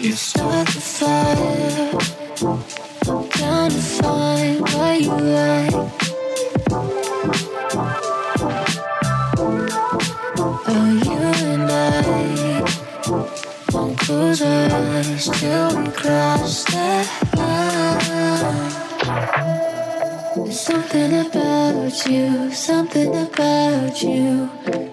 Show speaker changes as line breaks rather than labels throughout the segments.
You start the fire. I'm gonna find what you like. Oh, you and I won't close our eyes till we cross that line. There's something about you, something about you.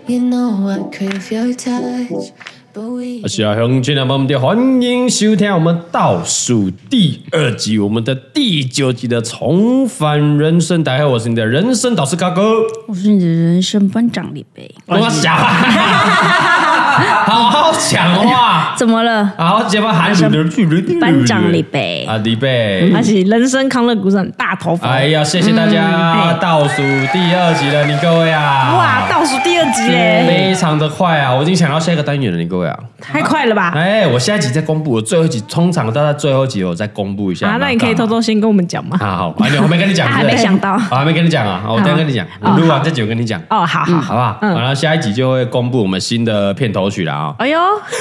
You know I crave your touch, but we.
我是小熊，啊今天朋友们的欢迎收听我们倒数第二集，我们的第九集的重返人生。大家好，我是你的人生导师高哥，
我是你的人生班长李贝，
我想，好好讲话，
怎么了？
好好结巴喊你的距离
班长李贝
啊，李
嗯
贝，
而且人生康乐股长大头发，
哎呀，谢谢大家，
嗯嘿
倒数第二集了，你各位啊，
哇，倒数第二集嘞，
非常的快啊，我已经想到下一个单元了，你各位啊。
太快了吧？
哎，我下一集再公布，我最后一集通常都在最后一集我再公布一下。
啊，那你可以偷偷先跟我们讲吗？
啊， 好，啊，你我没跟你讲，
啊
对不对
还没想到
啊还没跟你讲啊，啊我等一下跟你讲，
好
我录完这集我跟你讲，
哦，好好
好不
好，
好？
嗯
然后下一集就会公布我们新的片头曲了 啊，
哎呦，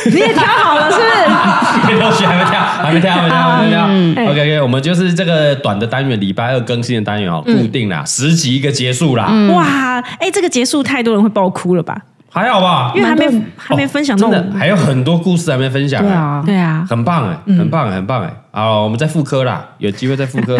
你也挑好了是不 是？
片头曲还没跳，还没跳，还没跳，还没跳。
嗯
OK OK，我们就是这个短的单元，礼拜二更新的单元哦，
嗯
固定啦，十集一个结束啦，
哇，哎，这个结束太多人会爆哭了吧？
还好吧哦
因？为还没
蛮多人
还没分享到
真
我
的
们，
还有很多故事还没分享。
对啊
对啊，
很棒哎，很棒，很棒哎！啊，我们再复科啦，有机会再复 科，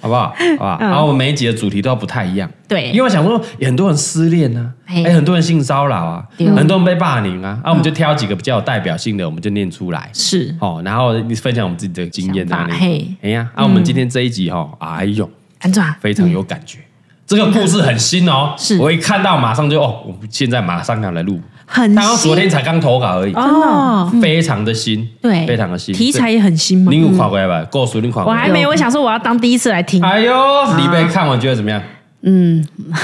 好不好？好吧。
嗯
然后我们每一集的主题都要不太一样，
对
因为我想说，很多人失恋啊，
嘿
哎，很多人性骚扰啊，
对
很多人被霸凌啊，啊，我们就挑几个比较有代表性的，我们就念出来。
嗯是
哦，然后你分享我们自己的经验啊
想，法嘿嗯
哎呀，啊，我们今天这一集哈，哎呦，
安转
非常有感觉。这个故事很新哦，
嗯是
我一看到马上就哦，我们现在马上要来录，
很
刚刚昨
新
天才刚投稿而已，嗯
哦，
非常的新，
对，
非常的新，
题材也很新嘛
你。有看过吧？故事你看
我
过？
还啊没，我想说我要当第一次来听，
哎呦，李贝看完觉得怎么样？
嗯，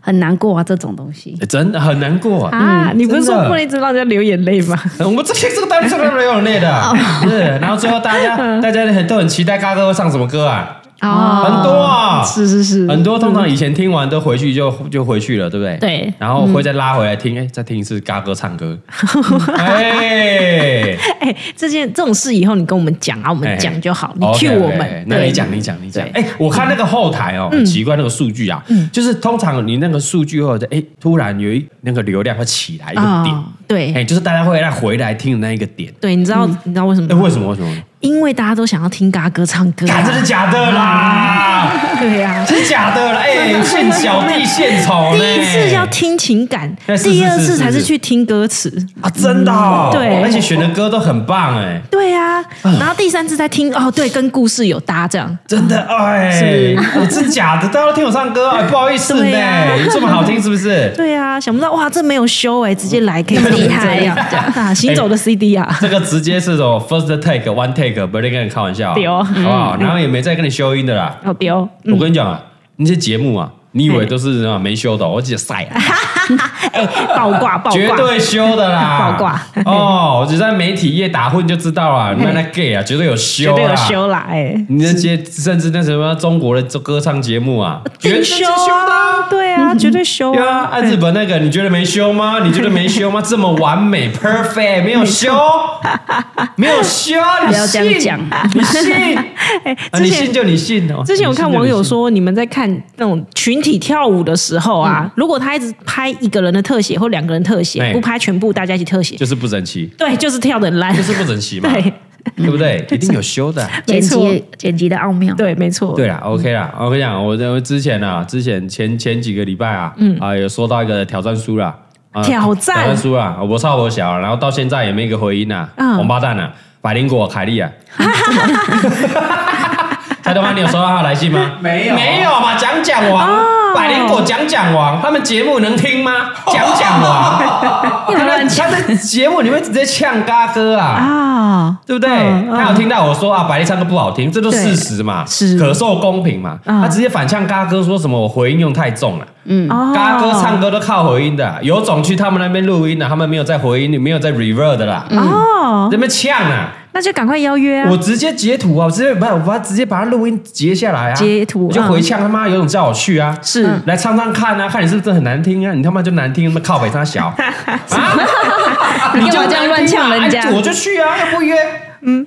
很难过啊，这种东西。
哎真的很难过啊！
啊，你不是
真
说
的
不能一直让人家流眼泪吗？
我们这些这个单词都没有累
哦
的，是。然后最后大家大家很都很期待嘎哥会唱什么歌啊？
嗯哦，
很多啊，
是是是，
很多。通常以前听完都回去就就回去了，对不对？
对
然后会再拉回来听，哎，再听一次嘎哥唱歌。
嗯
哎，
哎、这件这种事以后你跟我们讲啊，我们讲就好， 你
OK，OK，
cue 我们。
那你
对
讲，你讲，你讲。
对嗯
哎，我看那个后台哦，很奇怪那个数据啊，就是通常你那个数据后，哎，突然有一那个流量会起来一个点
哦，，对、
哎，就是大家会来回来听的那一个点。
对，你知道、你知道为什么
哎，
吗？
为什么？为什么？
因为大家都想要听嘎哥唱歌、
干，真的
啊。
假的啦？
对呀、
是假的啦！哎，献小弟献哦丑呢，
第一次要听情感，
哎是是
第二
是是
次才
是
是去听歌词。
啊，真的哦，
嗯对
而且选的歌都很棒哎，
对呀、然后第三次再听哦，对，跟故事有搭这样。
真的 哎，哦真假的，大家都听我唱歌，哎，不好意思
对
呢
啊，
这么好听是不是？
对呀、想不到哇，这没有修哎、直接来可以这么
厉 害
这样
哎
啊，行走的 CD 啊，
这个直接是种 first take one take，不是跟你开玩笑、啊
对哦嗯
好不好？然后也没再跟你修音的啦。
好丢。
我跟你讲啊，那些节目啊，你以为都是啊没修的哦，我直接晒啊，
哎、爆挂爆挂，
绝对修的啦。
爆挂
哦，我只在媒体业打混就知道了，你们那 gay 啊，绝对有
绝
修
对
啦。
有修啦哎、
你那些甚至那什么中国的歌唱节目 啊，绝对
定
是
修
修的啊。
啊，对啊，绝对修
对啊，
啊，
按日本那个，你觉得没修吗？你觉得没 修吗？这么完美 perfect，没有修，没有修，你
不要这样
信，
讲
你 信，啊你
之前
信就你信哦。
之前我看网友
你信就
说，你们在看那种群体跳舞的时候
嗯
啊，如果他一直拍一个人的特写或两个人特
哎
写，不拍全部，大家一起特写
你信，，就是不整齐，
对，就是跳的烂
就。是不整齐嘛，
对
对不对？一定有修的。
没
剪
错
辑剪辑的奥妙，
对，没错，嗯
对啦，OK 啊啦，我跟你讲，我我之前啊，之前前前几个礼拜啊，啊有收到一个挑战书啦，啊
嗯挑战
挑战书啦，我超我小啊，然后到现在也没一个回音呐，
嗯
王八蛋啊，百灵果凯莉 啊，蔡东方，你有收到他的来信吗？没有，没有嘛，讲讲王，
哦
百灵果讲讲王，他们节目能听吗？讲讲王， 他在他在节目里面直接呛嘎哥啊。
啊，
对不对？
嗯嗯
他有听到我说啊，百丽唱歌不好听，这都事实嘛，
是
可受公平嘛。
啊
嗯
他直接反呛嘎哥说什么我回音用太重了，
嗯
哦
嘎哥唱歌都靠回音
哦
的，啊有种去他们那边录音的，他们没有在回音，没有在 reverb 的啦，
哦
这，边呛啊，
那就赶快邀约嗯啊
我！直接截图啊，我直接把我把直接把它录音截下来啊，
截图
我就
嗯
回呛他妈有种叫我去啊，
是
嗯来唱唱看啊，看你是不是真的很难听啊，你他妈就难听，那么靠北他小啊，
你干
就
嘛这样乱呛人家
哎？我就去啊，要不约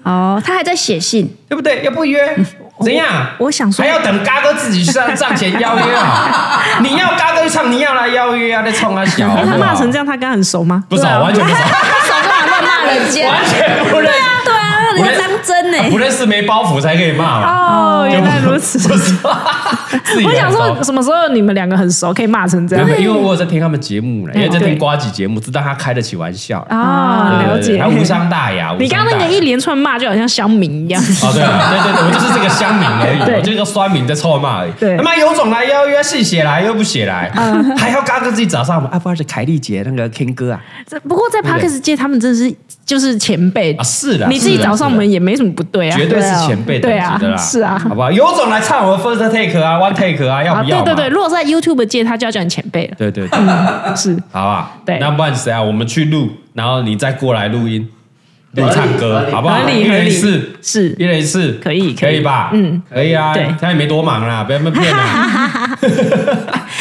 哦，他还在写信，
对不对？要不约
嗯
怎样？
我想说
还要等嘎哥自己去上上前邀约 啊，你要嘎哥去唱，你要来邀约啊，在冲他小，
哎，他骂成这
样，
样，他跟他很熟吗？
不是啊，我完全不熟，
他手干嘛乱骂 人
完
家？
全不认识，
对啊，人家当真呢。
不认识没包袱才可以骂嘛。
哦，原来如此。
不是， 自己
哦我
来
想
包
说，什么时候你们两个很熟，可以骂成这
没有
样
没？有因为我有在听他们节目了，因为在
对
听瓜几节目，知道他开得起玩笑啦，
啊，
对
了
对对
解。
还无伤大雅。
你刚刚那个一
脸，
连串骂，就好像乡民 一样。
哦，对啊对对对，我就是这个乡民而已，
对
我就是个酸民在臭骂而已。
对嗯
他妈有种来邀约，信写来又不写来，还要嘎哥自己找上我们，啊，不然是凯丽姐那个 King 哥啊，
这不过在
对不对
Parkes 界，他们真的是就是前辈
啊是啦
你自己
是啦
找上
是啦
门也没什么不对啊。
绝对是前辈等
对啊
级的啦，
是啊
好不好？有种来唱我们 first take 啊，one take 啊，要
啊，
不要
对
嘛？
对对，如果是在 YouTube 界，他就要叫你前辈了。
对对对，
是，
好不好？
对
那不然谁啊？我们去录，然后你再过来录音，录唱
合
歌，
理
好不好？
合理
一
合
人
理
一次，
是
一人一次，
可以
可
可以
以吧？
嗯，
可以啊。
对
现在没多忙啦，不要被骗 啦。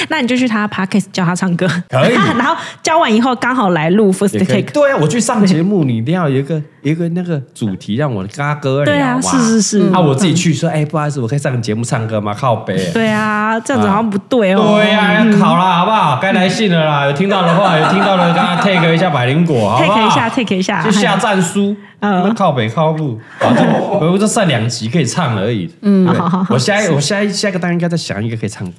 那你就去他 Parkes 教他唱歌，
可以
然后教完以后刚好来录 First
也可以
Take。
对啊，我去上节目，你一定要有一个有一个那个主题，让我嘎哥
对
聊
啊
嘛。
是是是嗯
啊，我自己去说，哎，不好意思，我可以上你节目唱歌吗？靠北。
对啊，这样子好像不对哦。
啊对 呀，要考啦，好不好？该来信了啦，有听到的话，有听到的，刚刚 take 一下百灵 果，好不好
Take 一下，take 一下
就下战书，
嗯
那靠北靠路，反正我就剩两集可以唱而已。嗯
好好好
我下一我下一下一个单元应该再想一个可以唱歌，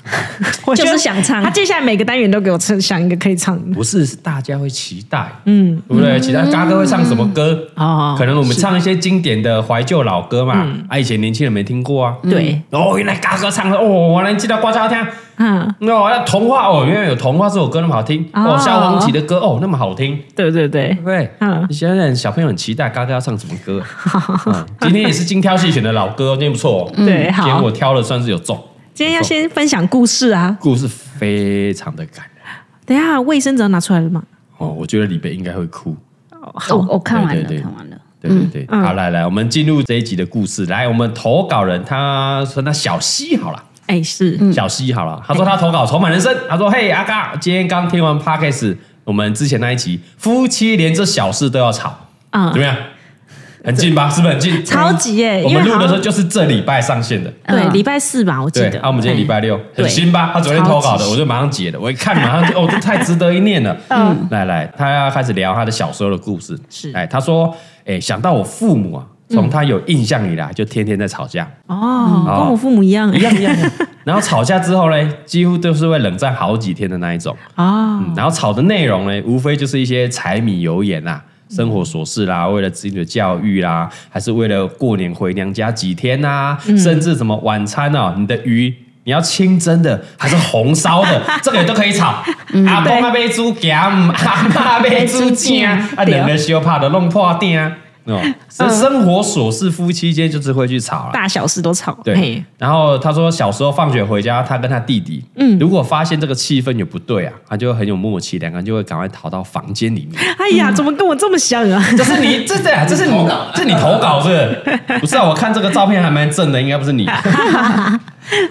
我觉得
就是想唱
他接下来每个单元都给我唱，想一个可以唱的。
不是是大家会期待，嗯，对不对？期待嘎哥会唱什么歌？
哦
可能我们唱一些经典的怀旧老歌嘛，啊，以前年轻人没听过啊。
对，
哦，原来嘎哥唱的哦，我能记得瓜家听。
嗯，
哦，那童话哦，原来有童话这首歌那么好听
哦
哦，萧煌奇的歌哦那么好听，
对对对
对，不对？
嗯
你现在小朋友很期待嘎哥要唱什么 歌？嗯今天也是精挑细选的老歌哦，今天不错哦。
嗯对
今
好
天我挑了算是有中，
今天要先分享故事啊。
故事非常的感人
等一下卫生纸要拿出来了吗？
哦，我觉得李北应该会哭。
我我看完
对对对
了，看完了。
对对对，
嗯
好，来来，我们进入这一集的故事。来，我们投稿人他说那小西好了，
哎，是，
小西好了，他说他投稿充满人生，他说嘿阿嘎，今天刚听完 podcast，我们之前那一集夫妻连这小事都要吵，
嗯
怎么样？很近吧？是不是很近？嗯
超级耶
我
因为
们录
好
的
像
时候就是这礼拜上线的，
对，
嗯
礼拜四吧，我记
对，
得。哎
啊，我们今天礼拜六，
对
很新吧？他昨天投稿
超
的，
级
我就马上截了。我一看，马上就哦，这太值得一念了。嗯，来来，他要开始聊他的小时候的故事。
是
哎，他说，哎，想到我父母啊，从他有印象以来，就天天在吵架，
哦，
嗯
跟我父母一样
一
哎。
样一样。然后吵架之后呢，几乎都是会冷战好几天的那一种。
哦，
嗯然后吵的内容呢，无非就是一些柴米油盐啊。生活琐事啦，为了子女的教育啦，还是为了过年回娘家几天啊，甚至什么晚餐哦，你的鱼你要清蒸的还是红烧 的，这个也都可以吵。阿公阿伯煮咸，阿妈伯煮正，啊，
对
两个小怕的弄破鼎哦，生生活琐事，夫妻间就是会去吵啦。
大小事都吵。
对
嘿，，
然后他说小时候放学回家，他跟他弟弟，嗯，如果发现这个气氛也不对啊，他就会很有默契，两个人就会赶快逃到房间里面。
哎呀，怎么跟我这么像啊？
这是你，这是这是你，这是你投稿是不 是？不是啊，我看这个照片还蛮正的，应该不是你。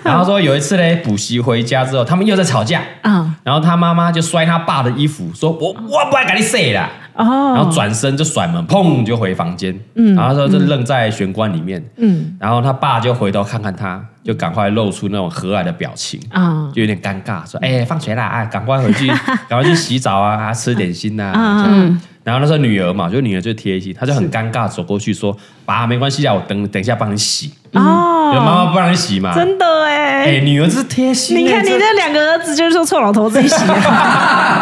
然后说有一次嘞，补习回家之后，他们又在吵架，
嗯
然后他妈妈就摔他爸的衣服，说我我不爱跟你睡啦。
哦，
然后转身就甩门，砰就回房间。嗯，然后他说就愣在玄关里面。嗯，然后他爸就回头看看他，就赶快露出那种和蔼的表情，
啊，
就有点尴尬，说：“哎、放学啦，啊，赶快回 去，赶快去洗澡啊，啊吃点心
嗯
呐、啊。这样然后那时候女儿嘛，就女儿最贴心，她就很尴尬走过去说：“爸，没关系啊，我等等一下帮你洗。
哦，
有妈妈不让你洗嘛？
真的
哎、
哎。
女儿是贴心、欸
你看你
这
那两个儿子就是说臭老头子一 起啊，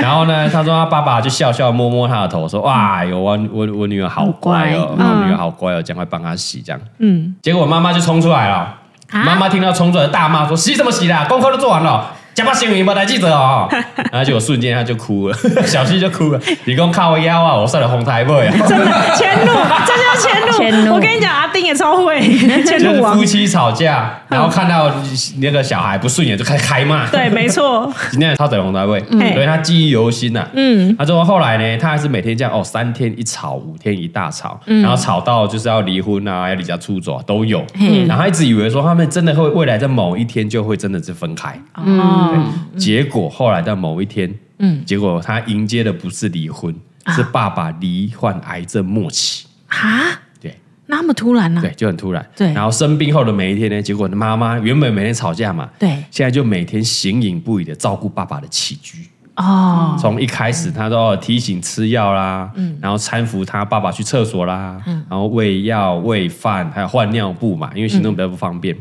然后呢，他说他爸爸就笑笑摸摸他的头，说：“哇，有我我我女儿好乖哦，
乖嗯
我女儿好乖哦，赶快帮她洗这样。”
嗯，
结果妈妈就冲出来了，妈妈听到冲出来大骂说：“洗什么洗啦？功课都做完了，加把新闻把台记者哦，然后结果瞬间他就哭了， 小溪就哭了，你讲靠腰啊，我上了红台妹啊，
真的迁怒，这就是迁怒。
迁怒
我跟你讲，阿丁也超会 迁
就
怒
是
王
夫。妻吵架，然后看到那个小孩不顺眼就开始开骂，
对，没错，
今天超整容台位，所以他记忆犹新呐。嗯，他说后来呢，他还是每天这样哦，三天一吵，五天一大吵，然后吵到就是要离婚啊，要离家出走啊都有。然后他一直以为说他们真的会未来在某一天就会真的是分开，
嗯，
结果后来在某一天，嗯，结果他迎接的不是离婚，是爸爸罹患癌症末期。
啊，
对
那么突然呢、啊
对，就很突然。
对
然后生病后的每一天呢，结果妈妈原本每天吵架嘛，
对
现在就每天形影不离的照顾爸爸的起居。
哦，
从一开始他都要提醒吃药啦，然后搀扶他爸爸去厕所啦，然后喂药、喂饭，还有换尿布嘛，因为行动比较不方便。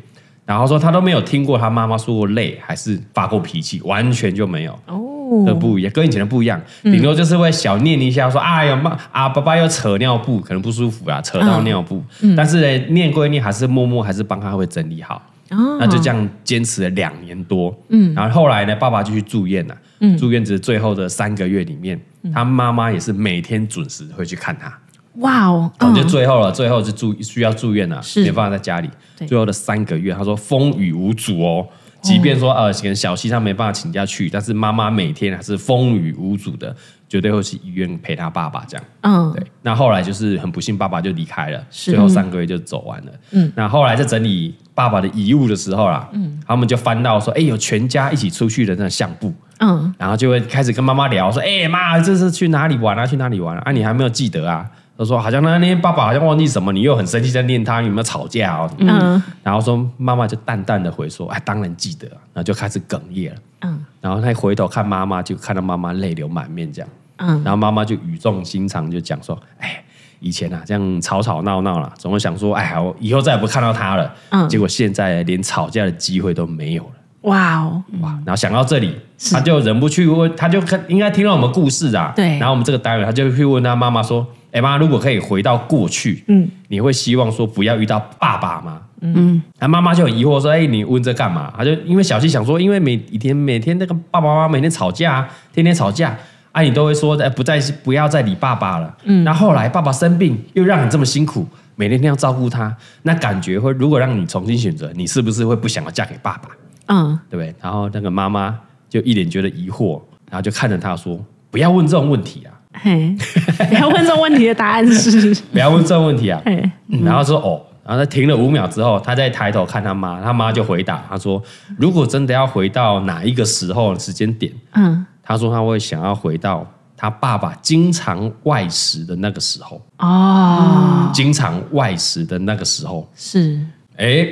然后说他都没有听过他妈妈说过累，还是发过脾气，完全就没有。
哦
这不一样，跟以前的不一样，顶多就是会小念一下说，哎呀妈啊，爸爸又扯尿布，可能不舒服啦，啊扯到尿布。但是呢，念归念，还是默默还是帮他会整理好。
哦
那就这样坚持了两年多，嗯，然后后来呢，爸爸就去住院了，嗯，住院只是最后的三个月里面，他妈妈也是每天准时会去看他，
哇哦，
然后就
嗯
最后了，最后就住需要住院了，
是
没办法在家里
对。哎
最后的三个月，他说风雨无阻哦，即便说呃，可能小西他没办法请假去，但是妈妈每天还是风雨无阻的，绝对会去医院陪他爸爸这样。
嗯，
对，那后来就是很不幸，爸爸就离开了，
是
最后三个月就走完了。嗯，那后来在整理爸爸的遗物的时候啦，嗯，他们就翻到说，哎、有全家一起出去的那个相簿，
嗯，
然后就会开始跟妈妈聊说，哎、妈，这是去哪里玩啊？去哪里玩啊？啊，你还没有记得啊？他说好像那天爸爸好像忘记什么，你又很生气在念他，你有没有吵架哦？
嗯
嗯，然后说妈妈就淡淡的回说，哎，当然记得啊、然后就开始哽咽了。
嗯
嗯，然后他一回头看妈妈，就看到妈妈泪流满面这样。
嗯
然后妈妈就语重心长就讲说：“哎，以前啊这样吵吵闹闹啦，总会想说，哎呀，我以后再也不看到他了。
嗯
结果现在连吵架的机会都没有了。
哇哦，
哇！然后想到这里，他就忍不去问，他就看应该听到我们故事啊。
对
然后我们这个单元，他就去问他妈妈说：“哎妈，如果可以回到过去，嗯，你会希望说不要遇到爸爸吗？”嗯，他妈妈就很疑惑说：“哎，你问这干嘛？”他就因为小西想说，因为每一天每天那个爸爸妈妈每天吵架啊，天天吵架。啊，你都会说，哎，不再不要再理爸爸了。嗯，那后来爸爸生病，又让你这么辛苦，每天要照顾他，那感觉会，如果让你重新选择，你是不是会不想要嫁给爸爸？
嗯，
对不对？然后那个妈妈就一脸觉得疑惑，然后就看着他说：“不要问这种问题啊，
嘿，你要问这种问题的答案是，
不要问这种问题啊。
嘿，
嗯然后说：“哦。”然后他停了五秒之后，他再抬头看他妈，他妈就回答他说：“如果真的要回到哪一个时候时间点，
嗯，
他说他会想要回到他爸爸经常外食的那个时候，
哦，
经常外食的那个时候。”
是，
哎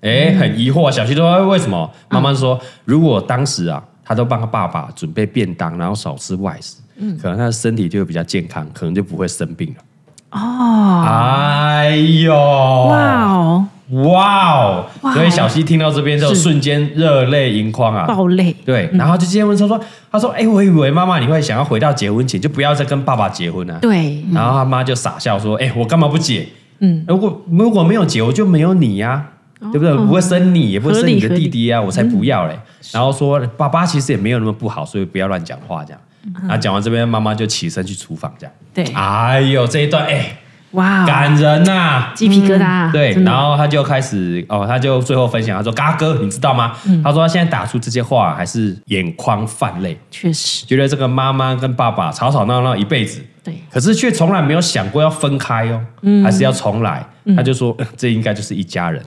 哎，
嗯
很疑惑。小西说哎为什么？
啊
妈妈说，如果当时啊，他都帮他爸爸准备便当，然后少吃外食，
嗯
可能他的身体就会比较健康，可能就不会生病了。
哦，
哎呦，
哇
哇
哦，
哦！
哇
所以小西听到这边就是瞬间热泪盈眶啊，
爆嗯泪，
对，然后就直接问他说：“他说，哎、我以为妈妈你会想要回到结婚前，就不要再跟爸爸结婚啊。”
对，
然后他妈就傻笑说：“哎、我干嘛不解？嗯，如果如果没有解，我就没有你呀、
哦
对不对？
嗯
我不会生你，也不会生你的弟弟啊，我才不要嘞。然后说：“爸爸其实也没有那么不好，所以不要乱讲话这样。”
嗯
然后讲完这边，妈妈就起身去厨房这样。
对
哎呦，这一段哎、
哇哦，
感人呐、
鸡皮疙瘩啊，
对，
真的
然后他就开始哦，他就最后分享，他说：“嘎哥，你知道吗？”
嗯
他说他现在打出这些话，还是眼眶泛泪。
确实，
觉得这个妈妈跟爸爸吵吵闹闹一辈子，
对，嗯
可是却从来没有想过要分开哦，还是要重来。他就说、呃这应该就是一家人。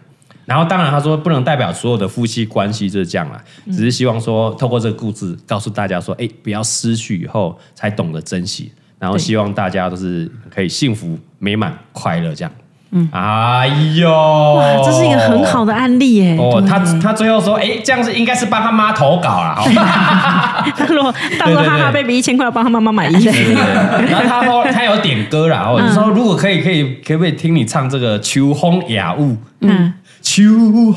然后当然他说不能代表所有的夫妻关系就是这样啦，
嗯
只是希望说透过这个故事告诉大家说，哎，不要失去以后才懂得珍惜，然后
对
希望大家都是可以幸福美满快乐这样。嗯，哎呦，哇
哇，这是一个很好的案例耶，
哦，他他最后说，哎，这样子应该是帮他妈投稿了，好
他如果到
对对
时候
对哎
哈哈 baby 一千块帮他妈妈买衣服，
对然后他后他有点歌啦，
嗯
哦，你说如果可以，可以可不可以听你唱这个《秋风雅物》？
嗯，
秋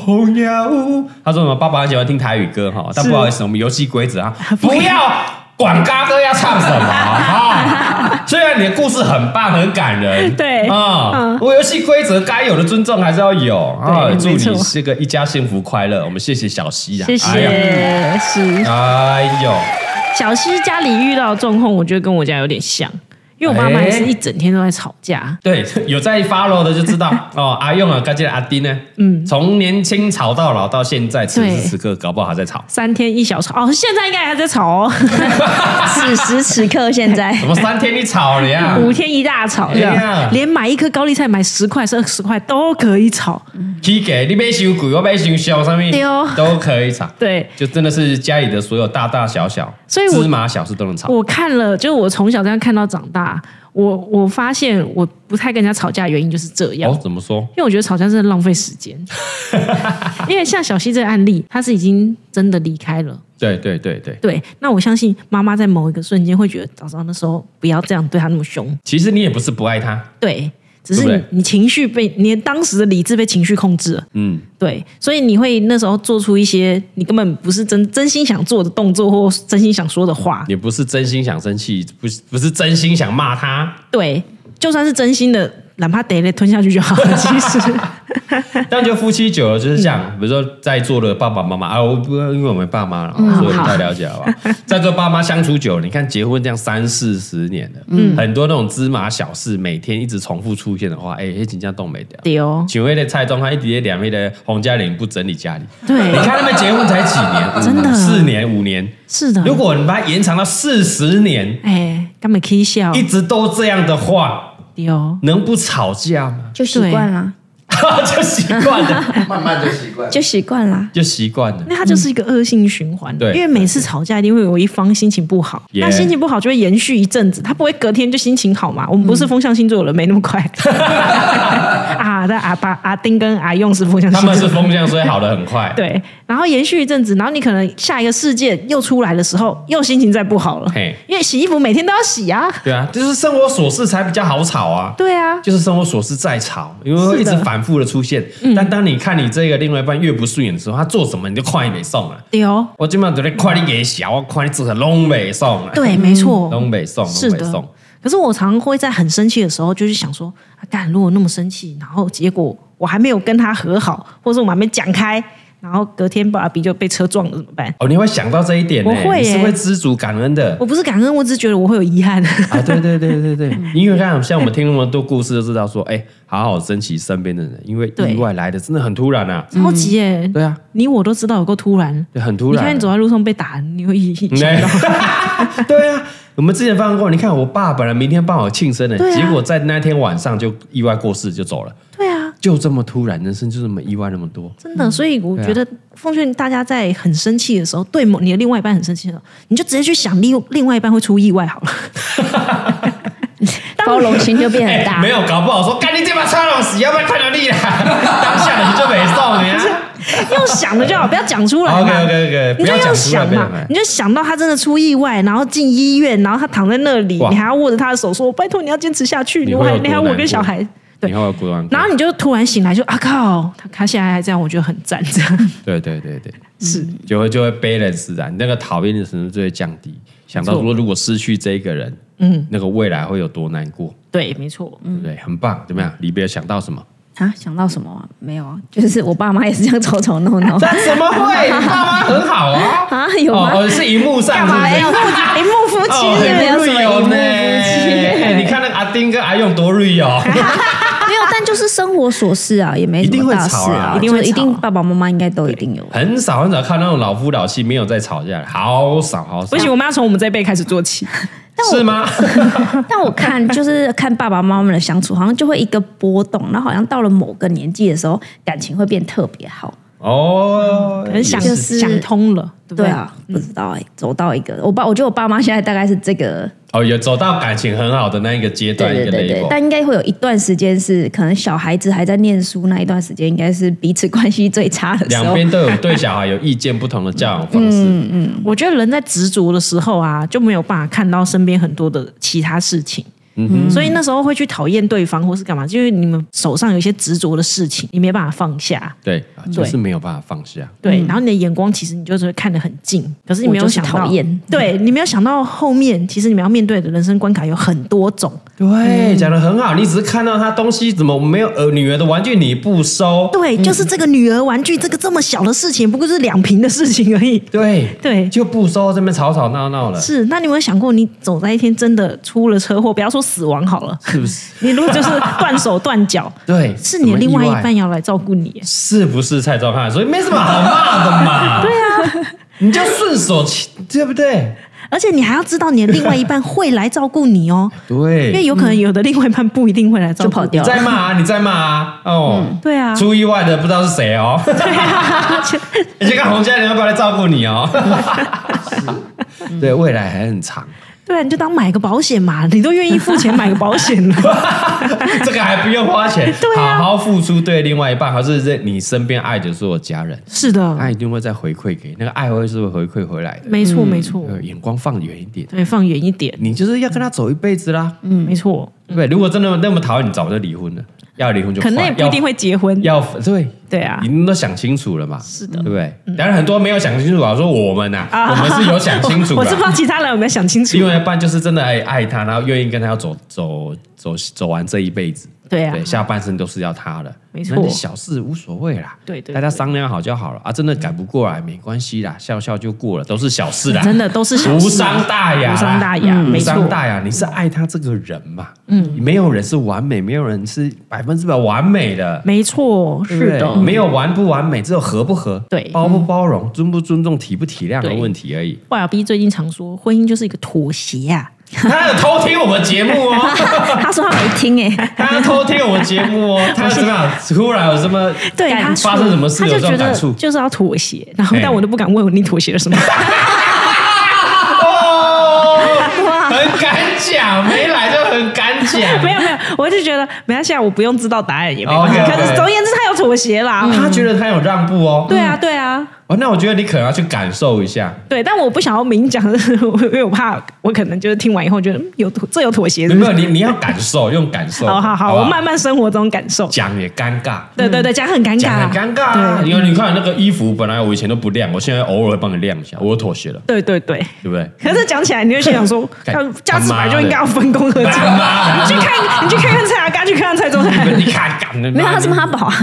风 雅物，他说什么？爸爸很喜欢听台语歌哈，但不好意思，我们游戏规则啊，不要管嘎哥要唱什么 啊？虽然你的故事很棒，很感人，
对
啊
嗯，
我游戏规则该有的尊重还是要有啊。
对
祝
没错
你这个一家幸福快乐，我们谢谢小溪啊，
谢谢，
哎呀
是
哎呦，
小西家里遇到的状况，我觉得跟我家有点像，因为我妈妈也是一整天都在吵架。
对， 有在 follow 的就知 道哦。阿用啊，刚进来阿丁呢，嗯，从年轻吵到老，到现在此时
对
此刻，搞不好还在吵。
三天一小吵哦，现在应该还在吵哦，
此时此刻，现在
怎么三天一吵了呀？
五天一大吵，
啊哎呀
连买一颗高丽菜买十块、是二十块都可以吵。
起价，你买伤贵，我买伤小，上面
对哦
都可以吵。
对，
就真的是家里的所有大大小小，
所以我
芝麻小事都能吵。
我看了，就是我从小这样看到长大，我我发现我不太跟人家吵架，的原因就是这样。
哦，怎么说？
因为我觉得吵架真的浪费 时间，因为像小溪这个案例，他是已经真的离开了，
对对对对，
对，那我相信妈妈在某一个瞬间会觉得，早知道那时候不要这样对他那么凶，
其实你也不是不爱他，
对，只是你
对不
你情绪被你当时的理智被情绪控制了，
嗯，
对，所以你会那时候做出一些你根本不是真真心想做的动作或真心想说的话，
也不是真心想生气，不是不是真心想骂他，
对，就算是真心的，哪怕得嘞吞下去就好了。其 实，
但就夫妻久了就是这样，
嗯
比如说在座的爸爸妈妈啊，我不因为我们爸妈了，
嗯
所以我不太了解好不 好？在座爸妈相处久了，你看结婚这样三四十年了，
嗯
很多那种芝麻小事，每天一直重复出现的话，哎、欸，请假动没掉。
对哦，
请问的蔡宗翰一直在两位的洪嘉玲不整理家里，
对
你看他们结婚才几年，
嗯 真的嗯
五四年五年，
是的。
如果你把它延长到四十年，
哎，根本可以笑，
一直都这样的话，
对哦，
能不吵架吗？
就习惯啦，
就习惯了，
慢慢就习惯。
就习惯啦。
就习惯了。
那它就是一个恶性循环，
嗯对
因为每次吵架一定会有一方心情不好，
Yeah
那心情不好就会延续一阵子，他不会隔天就心情好
嗯
嘛。我们不是风象星座的人，没那 么快啊。但阿巴、阿丁跟阿用是 风象
他
星
们是
座，
风向，所以好的很快。
对。然后延续一阵子，然后你可能下一个事件又出来的时候，又心情再不好了
嘿，
因为洗衣服每天都要洗啊。
对啊，就是生活琐事才比较好吵啊。
对啊，
就是生活琐事再吵，因为会一直
是的
反复的出现。
嗯
但当你看你这个另外一半越不顺眼的时候，他做什么你就快没送了。
对哦，
我今晚在那快你给小，我快你做成拢没送了，
对，没错，
拢没送，
是
拢没
的
送。。
可是我常常会在很生气的时候，就是想说，啊，干，如果那么生气，然后结果我还没有跟他和好，或者我们还没讲开，然后隔天爸啊比就被车撞了，怎么办？
哦，你会想到这一点呢、
我会
你是
耶
会知足感恩的。
我不是感恩，我只是觉得我会有遗憾。
啊，对对对对对，因为看像我们听那么多故事，就知道说，哎，好好珍惜身边的人，因为
对
意外来的真的很突然啊。
超级耶、
对啊，
你我都知道有够突然。
对很突
你
然。啊
看你走在路上被打，你会想
对
到
对啊，我们之前发生过，你看我爸本来明天帮我庆生的，
对啊
结果在那天晚上就意外过世就走了，
对啊，
就这么突然，人生就这么意外那么多。
真的。所以我觉得奉劝大家，在很生气的时候，对某你的另外一半很生气的时候，你就直接去想另另外一半会出意外好了。
包容心就变
哎
很大。
没有，搞不好说干你这把插老死，要不然看到 你啦，啊当下你就没送你啊。
用想的就好，不要讲出来嘛。
OK OK OK，
你
不
就
要
要
讲出来，
想
不要
嘛
讲出来，
你就想到他真的出意外，然后进医院，然后他躺在那里，
哇
你还要握着他的手说：“拜托你要坚持下去，
你
我
会有
还
多
你还有
难
我
过
跟小孩。”对
你，会有孤单感。
然后你就突然醒来就啊靠，他他现在还这样，我觉得很赞，这样
对对对对，是就会就会 balance 啊，你那个讨厌的程度就会降低。想到说，如果失去这一个人，嗯，那个未来会有多难过，
对，没错，
对不对？很棒，怎么样？里边有想到什么？
啊，想到什么、啊？没有啊，就是我爸妈也是这样吵吵 闹闹
怎么会？你爸妈很好啊，
啊，有吗？
哦，是荧幕上是不
没
是
有，
一幕哎夫
哦，
其实没有
很
什么
real
荧幕
呢
夫妻
哎你看那个阿丁跟阿勇多 real 哦。
没有，但就是生活琐事啊，也没什么大
一定
事
会吵啊
啊，
一
定会
就
吵
一定爸爸妈妈应该都一定有。
很少很少看到那种老夫老妻没有在吵架的，好少好少
不，行，我们要从我们这一辈开始做起，
是吗？
但我看就是看爸爸妈妈们的相处，好像就会一个波动，然后好像到了某个年纪的时候，感情会变特别好。
哦，
可能想
也
就是是
想通了，对不
对
对？
啊，不知道哎、走到一个我爸，我觉得我爸妈现在大概是这个，
哦，有走到感情很好的那一个阶段，
对
一
对
个
对
level
对，。但应该会有一段时间是可能小孩子还在念书那一段时间，应该是彼此关系最差的时
两
候。
边都有对小孩有意见不同的教养方
嗯
式，
我觉得人在执着的时候啊，就没有办法看到身边很多的其他事情。所以那时候会去讨厌对方或是干嘛，就是你们手上有一些执着的事情，你没办法放下。
对，啊就是没有办法放下。
对，然后你的眼光其实你就是会看得很近，可是你没有想
嗯我
到，
就是讨厌
对你没有想到后面，其实你们要面对的人生关卡有很多种。
对，哎讲的很好，你只是看到他东西怎么没有呃女儿的玩具你不收，
嗯
对，就是这个女儿玩具这个这么小的事情，不过就是两瓶的事情而已。
对
对
就不收，这边吵吵闹闹了，
是，那你有没有想过，你走在一天真的出了车祸，不要说死亡好了，
是不是？
你如果就是断手断脚，
对，
是你的另
什么
外
意
一
外
半要来照顾你耶。
是不是蔡照汉？所以没什么好骂的嘛。对啊，你就顺手起，对不对？
而且你还要知道你的另外一半会来照顾你哦，因为
对，
有可能有的另外一半不一定会来照
就
顾，
跑。掉
你再
了。
骂啊，你再骂啊，哦，
对啊，
出意外的不知道是谁哦。你去看洪嘉玲要不要来照顾你哦？ 对，未来还很长，
对啊，你就当买个保险嘛，你都愿意付钱买个保险 了。
这个还不用花钱，
对啊
好好付出对另外一半，还是这你身边爱的所有家人，
是的，
嗯他一定会再回馈给那个爱会是会回馈回来的。
没错没错，
呃，眼光放远一点，
对，放远一点，
你就是要跟他走一辈子啦。
嗯，没错，
对，如果真的那么讨厌，你早就离婚了。要离婚就
可能
快
也不一定会结婚。
要要对
对啊
你，们都想清楚了嘛，
是嗯
对不对？当然很多没有想清楚啊，说我们呐，我们是有想清楚
我我是不知
的。
道其他人有没有想清楚。
另外一半就是真的爱爱他，然后愿意跟他要走走走走完这一辈子，
对啊
对，，下半生都是要他的，
没错
那你小事无所谓啦，
对对对
大家商量好就好了啊，真的改不过来没关系啦，笑笑就过了，都是小事啦，
嗯真的都是小
无
事
伤大雅啦，嗯
无伤大雅，
无
没错，
伤大雅，你是爱他这个人嘛？嗯，没有人是完美，没有人是百分之百完美的，
没错，
对不
嗯是
对
的，
没有完不完美，只有合不合，
对
包不包容，尊不尊重，体不体谅的问题而已。
Y 尔 B 最近常说，婚姻就是一个妥协啊 呀、
他有偷听我们节目 哦，
他说他没听哎、
他有偷听我们节目哦，他怎么样？突然有什么？
对
感
他
触
发生什么事
他
有
就
这种
觉得
感触哎
就是要妥协，然后
嘿
但我都不敢问你妥协了 什么。
哦，很敢讲，没来就很敢讲。
没有没有，我就觉得没关系啊，我不用知道答案也没关系。
OK，OK
可是总而言之，他有妥协啦。
他觉得他有让步哦，
对啊，对啊，
哦，那我觉得你可能要去感受一 下，
对，但我不想要明讲， 我因为我怕我可能就是听完以后觉得嗯有妥这有妥协
没
是
有
不
没
是
有，你你要感受，用感受。
好好好，
不
我慢慢生活中感受。
讲也尴尬，
对对对，讲很尴尬
嗯讲
啊，
很尴尬啊！因为你看那个衣服，本来我以前都不晾，我现在偶尔会帮你晾一下，我有妥协了，
对对对。
对 不对？
可是讲起来，你就心想说，
干
要价值本来就应该要分工合作。
他妈的
你去看，你去看看蔡雅刚，去看看蔡宗
你
翰
们你看，干
没有，他是妈宝啊。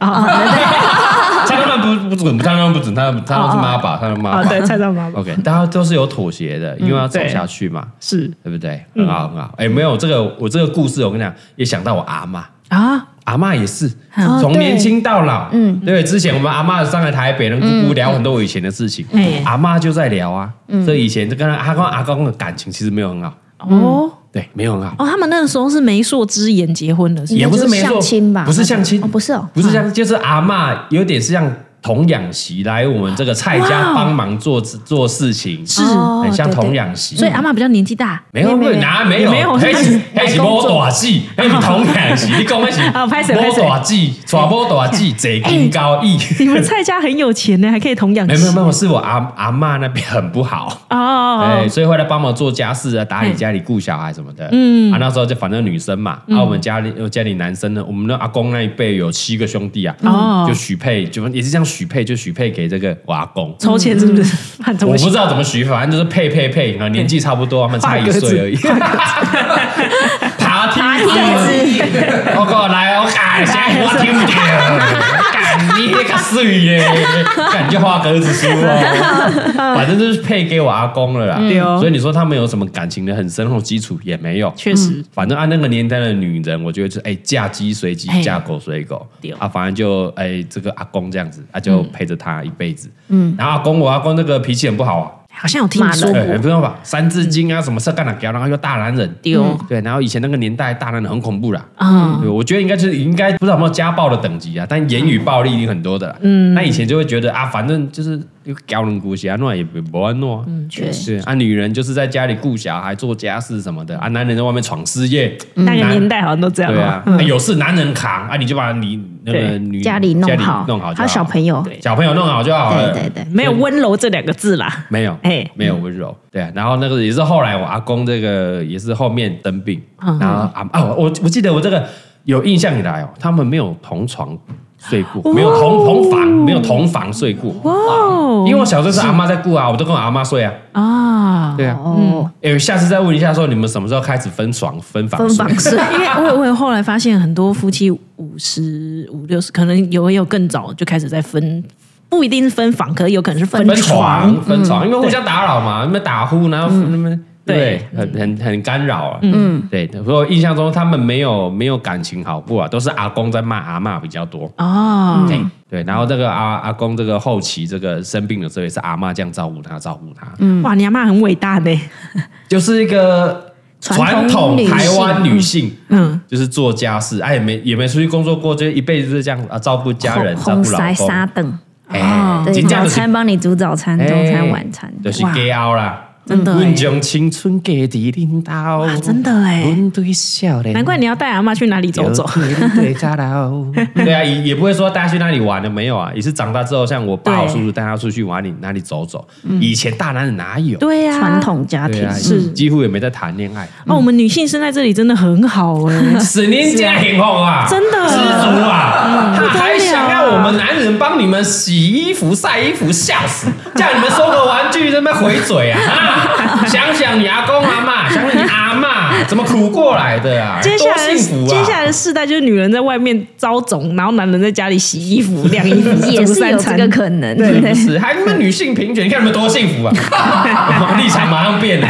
他他们不不准，他们不准，他们他们是妈宝，他们妈
啊，
宝。
对，蔡宗妈妈嗯
OK，大家都是有妥协的，因为要走
对
下去嘛，
是
对不对？很好很好。哎，没有这个，我这个故事，我跟你讲，也想到我阿妈。
啊，
阿嬷也是
哦，
从
对
年轻到老，嗯，对，之前我们阿嬷上来台北，跟姑姑聊很多我以前的事情，
嗯
阿嬷就在聊啊，所以以前就跟阿公阿公的感情其实没有很好，
哦。
对，没有很好，
哦，他们那个时候是媒妁之言结婚的，是
应
也
该
不
就是
没错
相亲吧
不是相亲，
哦不是哦
不是相亲，就是阿嬷有点是像童养媳来我们这个蔡家帮忙做做事情，
是
哦
很哎像
对对
童养媳，
所以阿嬷比较年纪大
没有
没有
没有，哪没有
没有
黑
是
是黑是摸大戏，黑是同感 戏，你讲的是
啊拍谁拍哎谁
摸大戏，传播大戏，坐金高义。
你们蔡家很有钱呢，还可以童养
没
媳。
有没有没有，是我阿阿嬷那边很不好。
哦
哎，
哦，
所以会来帮忙做家事啊，打理家里、顾小孩什么的。嗯，啊，那时候就反正女生嘛，
嗯
啊，我们家里我家里男生呢，我们的阿公那一辈有七个兄弟啊，
哦
就许配，就也是这样许配，就许配给这个我阿公。
抽签是不是？很
我
同
不
情
知道怎么许，反正就是配配配，啊，年纪差不多，他们差一岁而已。 爬梯子，我过来，我改，现在我听不 到，干你那个水耶，感觉花格子书哦，反正就是配给我阿公了啦。
对哦
所以你说他们有什么感情的很深厚基础也没有，
确实
反正按那个年代的女人，我觉得就是哎嫁鸡随鸡，嫁狗随狗
对，
啊，反正就哎这个阿公这样子，啊就陪着她一辈子。嗯，然后阿公我阿公那个脾气很不好啊，
好像有听你说
骂
哎，
过
很不用吧，《三字经》啊什么事干了给，然后又大男人。
丢
对，然后以前那个年代，大男人很恐怖啦。
啊，
对，我觉得应该就是应该不知道有没有家暴的等级啊，但言语暴力一定很多的啦。嗯，那以前就会觉得啊，反正就是又搞人姑息啊，那也不不安诺啊。嗯，
确
实啊，女人就是在家里顾小孩、做家事什么的啊，男人在外面闯事业。
嗯
那个
男
年代好像都这样
对啊
哦。，
啊有事男人扛啊，你就把你那个女
家里弄好，
弄好就
还有小朋友，
对
小朋友弄好就好了。
对对对，
没有温柔这两个字啦。
没有，
哎
没有温柔，对啊。然后那个也是后来我阿公这个也是后面生病，
嗯
然后啊啊，我我记得我这个有印象以来哦，他们没有同床睡过，没有同同房，没有同房睡过，
哇哦
因为我小时候是阿妈在顾啊，我都跟我阿妈睡啊，
啊，
对啊。
哦，
哎，下次再问一下，说你们什么时候开始分床分房
分
睡？
房
是
睡，
因为我有我有后来发现很多夫妻五十五六十，可能有也有更早就开始在分，不一定是分房，可能有可能是 分
分
床。
嗯
床分床，因为互相打扰嘛，你们打呼，然后那么对，很很很干扰啊。嗯，对，所以我印象中他们没有没有感情好过啊，都是阿公在骂阿嬷比较多。
哦，
对，然后这个阿阿公这个后期这个生病的时候也是阿嬷这样照顾他照顾他，
嗯
哇，你阿妈很伟大呢。
就是一个传
传
统
统女性
台湾女性。
嗯，
就是做家事，哎、也没也没出去工作过，就一辈子就是这样啊，照顾家人，照
红
顾老
塞沙
公，
等，
哎，
对，
真正
早
就是
餐帮你煮早餐、
哎
中餐、晚餐，
就是
哇
gay out 啦，
真的欸
阮将青春嫁伫恁
哇
兜，
真的欸
阮对少年，
难怪你要带阿妈去哪里走走。
对家老， 对啊，也也不会说带他去那里玩的，没有啊，也是长大之后，像我爸、
对
我叔叔带他出去玩里哪里走走，以前大男人哪有？
嗯对呀、
传。统家
对
庭
啊，
是
几乎也没在谈恋爱，
哦，我们女性生在这里真的很好 哎、
死您家幸福啊，
真的
知足啊，他
不得了啊
还想要我们男人帮你们洗衣服、晒衣服，笑死！ 叫你们收个玩具，在那边回嘴啊！ 啊想想你阿公阿妈，想想你阿妈怎么苦过来的啊，
接下
多
来、
幸福啊！
接下来的世代就是女人在外面招种，然后男人在家里洗衣服、晾
啊
衣服、
也
煮
是
三
有这
餐
个可能，
是不
对，
是？还你们女性平权，你看你们多幸福 啊！立场马上变了。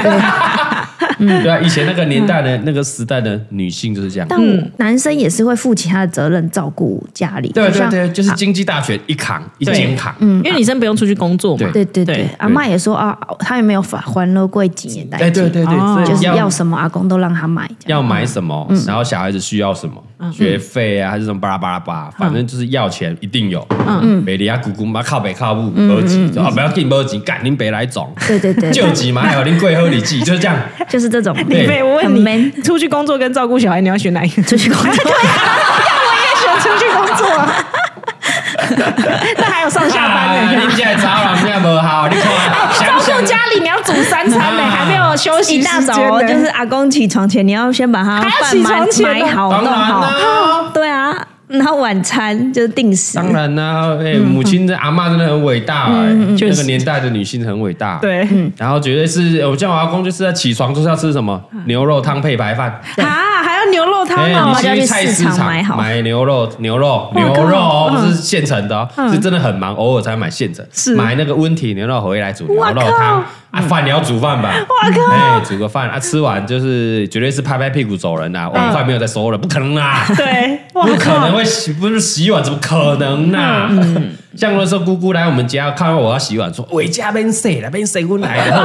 嗯
对啊，以前那个年代的那个时代的女性就是这样。
但我男生也是会负起他的责任，照顾家里。
嗯对啊
就
对
像
对，就是经济大权一扛一肩扛，
嗯
因为女生不用出去工作嘛。
对对对
对，
阿妈也说啊，他也没有还还了贵几年代
哎，对对
哦
对，所以
就是要什么阿公都让他买，这样
要
嗯
买什么，然后小孩子需要什么，学费啊，还是什么巴拉巴拉巴
嗯
拉，反正就是要钱一定有。嗯，美利亚姑姑妈靠北靠母，
嗯
没钱啊，不要进没钱，赶您别来总，
对对对，
救急嘛，还有您贵喝礼记，就是这样。
就是这种。
对
李 贝，我问
很 man
你，出去工作跟照顾小孩，你要选哪一个？
出去工 作，
选出去工作啊，那还有上下班
哎
啊
呢。
你现在糟了，你现在不好，你看，啊想
照顾
想
家里你要煮三餐呢，
啊
还没有休息
一大
时
早
间
哦
呢。
就是阿公起床前，你要先把他
还要
饭
起
买
床前哦
买好
当
弄
然啦、
好，对啊，然后晚餐就是定时，
当然啦、哎、
嗯
母亲的阿妈真的很伟大、哎、
确
那个
实
年代的女性很伟大。，
对，嗯
然后绝对是我叫我阿公，就是要起床就是要吃什么
嗯
牛肉汤配白饭。
啊，还要牛肉汤
哎，
哦
你
我，就
去
去
菜
市
市
场
场
买好
牛肉，牛肉，牛肉哦，不是现成的哦，
嗯
是真的很忙，偶尔才买现成。
是
买那个温体牛肉回来煮牛
哇
肉
靠
汤啊，饭也要煮饭吧？哇靠！哎，煮个饭啊，吃完就是绝对是拍拍屁股走人呐，碗筷没有再收了，不可能啦。
对，嗯哇
不可能
靠，嗯
会洗，不是洗碗，怎么可能呢、像那时候姑姑来我们家，看到我要洗碗，说：“伟家边谁来边谁我来了。”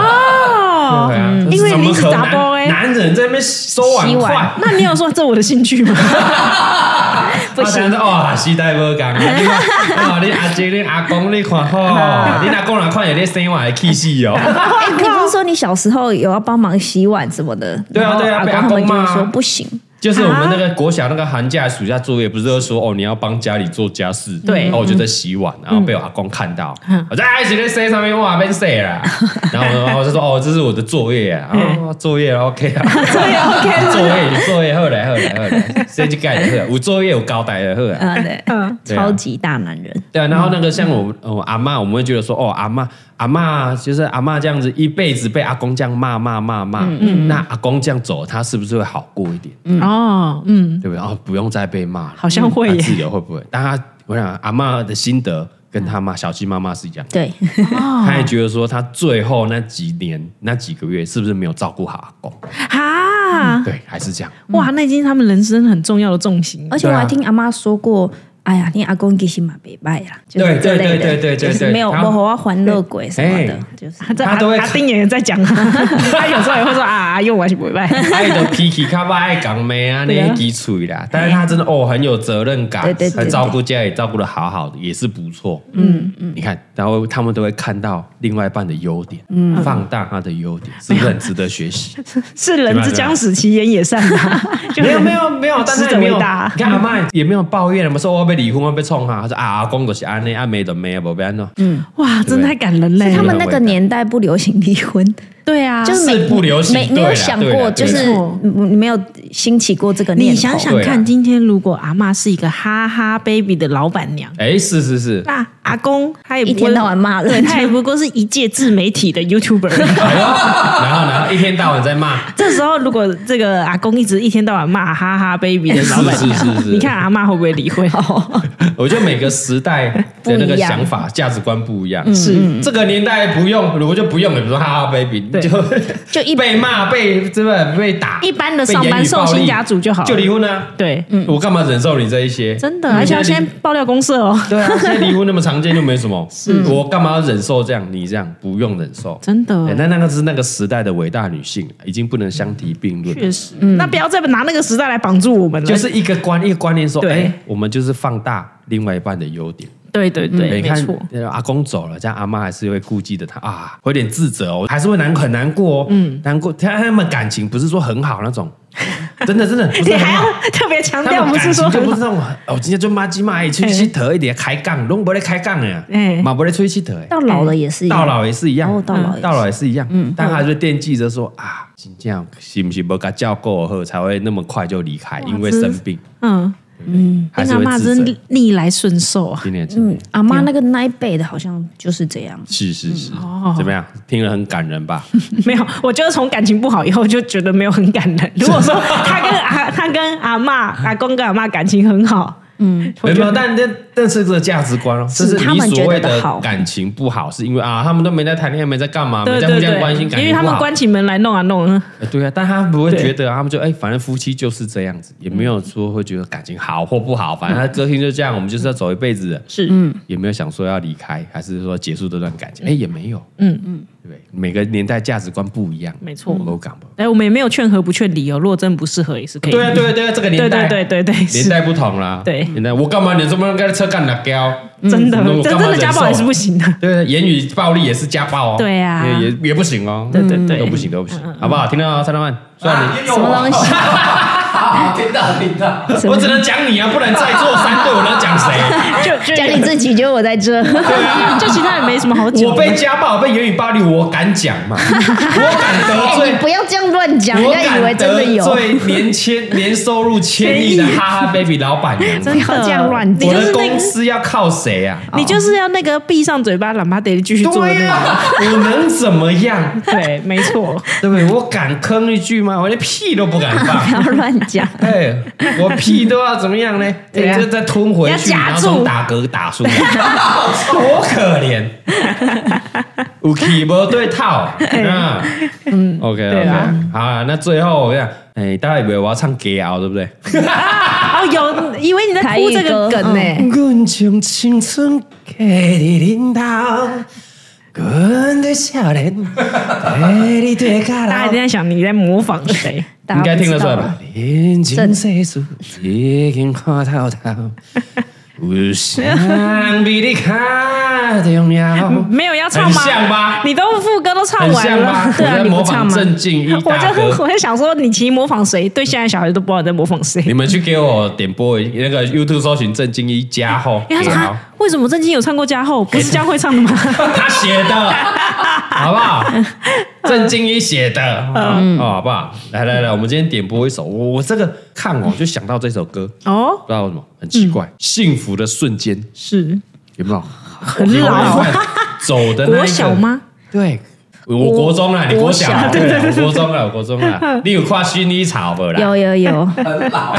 哦
对啊，
因为
怎
你
么
是
可能
杂包哎。
男人在那边收碗
洗碗
筷，
那你有说这我的兴趣吗？
我想说，哇，哦时代无共，你看， 哦哇，你阿姐、你阿公，你看吼，你阿公人看有咧生活会气死 哦。
哎你不是说你小时候有要帮忙洗碗什么的？
对啊
然后
对啊
阿
被阿
公他们
公
就
骂啊
会说不行，
就是我们那个国小那个寒假、暑假作业，不是都说哦，你要帮家里做家事，
对嗯
然后我就在洗碗，然后被我阿公看到，我在哎，直接塞上面哇，被塞 了，然后然后我就说哦，这是我的作业啊，
嗯
哦，作业 OK 啊，作
对，OK，
业 作业后来后来后来，谁去盖的后来，有作业有交代的后来。
啊对，
嗯
对啊
超级大男人，
对啊，然后那个像我我阿嬷，我们会觉得说，哦，阿嬷阿嬷就是阿嬷这样子一辈子被阿公这样骂骂骂骂，
嗯
那阿公这样走，他是不是会好过一点？
哦，嗯，
对不对？然后不用再被骂了，
好像会
他
耶
自由会不会？但他我想阿嬷的心得跟他妈小鸡妈妈是一样的，
对，
哦
他也觉得说他最后那几年那几个月是不是没有照顾好阿公？
啊哈，
对，还是这样。
啊哇，那已经是他们人生很重要的重心了
而且我还听阿妈说过，哎呀，你阿公其实嘛别拜啦，就是
对
这类
对对
的
对对对
就是没有
对
我我要还乐鬼什么的
哎，
就是
他在
他
阿
都会
阿丁也在讲啊， 他有时候也会说啊，又玩起不拜。
爱的脾气较歹，爱讲妹啊，那
对啊
一滴水啦。但是他真的哦，很有责任感，
对对对
很照顾家里，照顾的好好的，也是不错。嗯嗯，你看，然后他们都会看到另外一半的优点，放大他的优点，是不是很值得学习？
是人之将死，其言也善啊。就
没有
很
没有没有，但是
死
也
者
没
为
有。
大啊
你看阿妈也没有抱怨，我们说我被被离婚，我被冲哈，他说啊，阿公就是安内，阿妹的妹，不安喏，
哇，真的太感人嘞
他！们那个年代不流行离婚，
对啊，
就是
是
没
不流行
没
对
没有
啦
想
对啦
过，
对
就
啦
是
没错
嗯没有兴起过这个念头。
你想想
对啊
看，今天如果阿嬷是一个哈哈 baby 的老板娘，
哎，是是是，
那阿公他也不
一
会
天到晚骂人
对他也不过是一介自媒体的 YouTuber。
然后然后一天到晚在骂，
这时候如果这个阿公一直一天到晚骂哈哈 baby 的老板娘，
是是是是
你看阿嬷会不会离 婚？
我觉得每个时代的那个想法、价值观不一样。
嗯
是这个年代不用，如果就不用，比如说哈哈 baby，
对
就
就一
被骂、被这个被打，
一般的上班受薪家族就好
就
了。
离婚啊！
对，
我干嘛忍受你这一些？
真的，而且要
人家
先
离
爆料公社哦。
对啊，现在离婚那么常见，又没什 么。是我干嘛要忍受这样？你这样不用忍受。
真的
哎那那个是那个时代的伟大女性，已经不能相提并论了。
确实，那不要再拿那个时代来绑住我们了。
就是一个观一个观念说，
对
哎，我们就是放大另外一半的优点。
对对对，
你
没
看
错，
呃阿公走了，这样阿妈还是会顾忌的他啊，会有点自责哦，还是会难很难过哦，嗯，难过。他他们感情不是说很好那种， 真的真的不
你
是很
还
好
要。特别强
他
调，
们
不
感
是说
情就
很
不
好
是那种，哦，今天就妈鸡妈去去头一点开杠，拢不咧开杠
哎
哎，嘛不咧出去头哎，
到老了也是一样
到老也是一样嗯
哦，到老也是
到老也是一样，
嗯
但他就惦记着说啊，今天是不是没给他照顾好，才会那么快就离开，因为
真
生病，
嗯，
嗯，还
跟
是
阿
会
嬷
自责
真。逆来顺受啊。
今年今
嗯
年，
阿妈那个那一辈的好像就是这样。
是是是
哦，
怎么样？听了很感人吧？
没有，我就是从感情不好以后就觉得没有很感 人。如果说他跟阿他跟阿嬷、阿公跟阿嬷感情很好，嗯，
没有，没有，但但但是这个价值观哦，这是
他
你
们
所
觉
谓
得
的
好
感情不好，是因为啊，他们都没在谈恋爱，没在干嘛，
对
没在
对
啊互相关
对
心，，感
因
情
为他
不
们
好。
关起门来弄啊弄啊，
呃对啊，但他不会
对
觉得啊，他们就哎，反正夫妻就是这样子，也没有说会觉得感情好或不好，反正他个性就这样，我们就是要走一辈子的，
是，嗯，
也没有想说要离开，还是说结束这段感情，哎，也没有，嗯嗯，对，每个年代价值观不一样，
没错
我感不。
哎，我们也没有劝和不劝离哦，如果真的不适合也是可以，
对啊，对啊，对啊，这个年
对
代，
对对对对，
年
是
代不同啦，
对
年代我干嘛？你这么跟车干哪胶？
真的
嗯我，干
真
嘛啊
真的家暴也是不行的，
对，言语暴力也是家暴哦，
对啊
也也也不行哦，
对对对
都不行，都不
嗯
行，好不好？听到啊蔡老板，虽然
啊
你。
什么东西？
听到听到，
什么
我只能讲你啊，不然在座三对我能讲 谁？
就就
讲你自己，就我在这。
就其他人没什么好讲的，
我被家暴，被言语暴力，我敢讲 嘛？我敢得
哎，
罪
你，哎不要这样乱讲，人
我
家以为
敢
真的
得
有。
罪年千年收入千亿 的哈哈 baby 老板娘
不
嘛，
要这样乱
你
讲
我
就。
的
是那个
公司要靠谁啊？
你就是要那个闭上嘴巴，喇嘛得继续做的
对
那个，
呀，我能怎么样？
对，没错，
对不对？我敢吭一句吗？我连屁都不敢放
不。要乱 讲，
哎，我屁都要怎么样呢？哎
对啊
就再吞回去，
要夹
然后从
住
打嗝打出来， 多可怜！有气无对套，啊，嗯，OK
哎对
OK，
啊
好啊，那最后我跟你讲，哎，大家以为我要唱《给熬》对不对？
哦，有以为你在
台
哭
语
这个
歌
梗呢。
阮将青春嫁伫恁头，阮对少年， 你对家
大家一定在想你在模仿谁？
大家
应该听得
不知
出
道
来吧？？人情世事已经看透透，有啥比你较重要？
没有要唱吗？
很像吧
你都副歌都唱
很
完
像
了
吧？，
对啊，
我在
你不
模
唱
仿
吗？
郑敬一
我就
大
很啊
哥。
我就想说，你其实模仿谁？对现在小孩都不知道你在模仿谁。
你们去给我点播一那个 YouTube 搜寻郑敬一加厚，
因为他说
好
啊，为什么郑经有唱过加厚？不是江蕙唱的 吗？
他写的，好不好？郑敬一写的，
嗯
哦，好不好？来来来，我们今天点播一首，我我这个看完我就想到这首歌，
哦，
不知道为什么很奇怪，
嗯
幸福的瞬间
是
有没有？
很老啊
有没有走的那一个
国小？吗？
对，我国中啊啦，你国小啦，
国小
对啦，我国中啊啦，我国中 啦，你有跨薰衣草不啦？
有有有，
很老，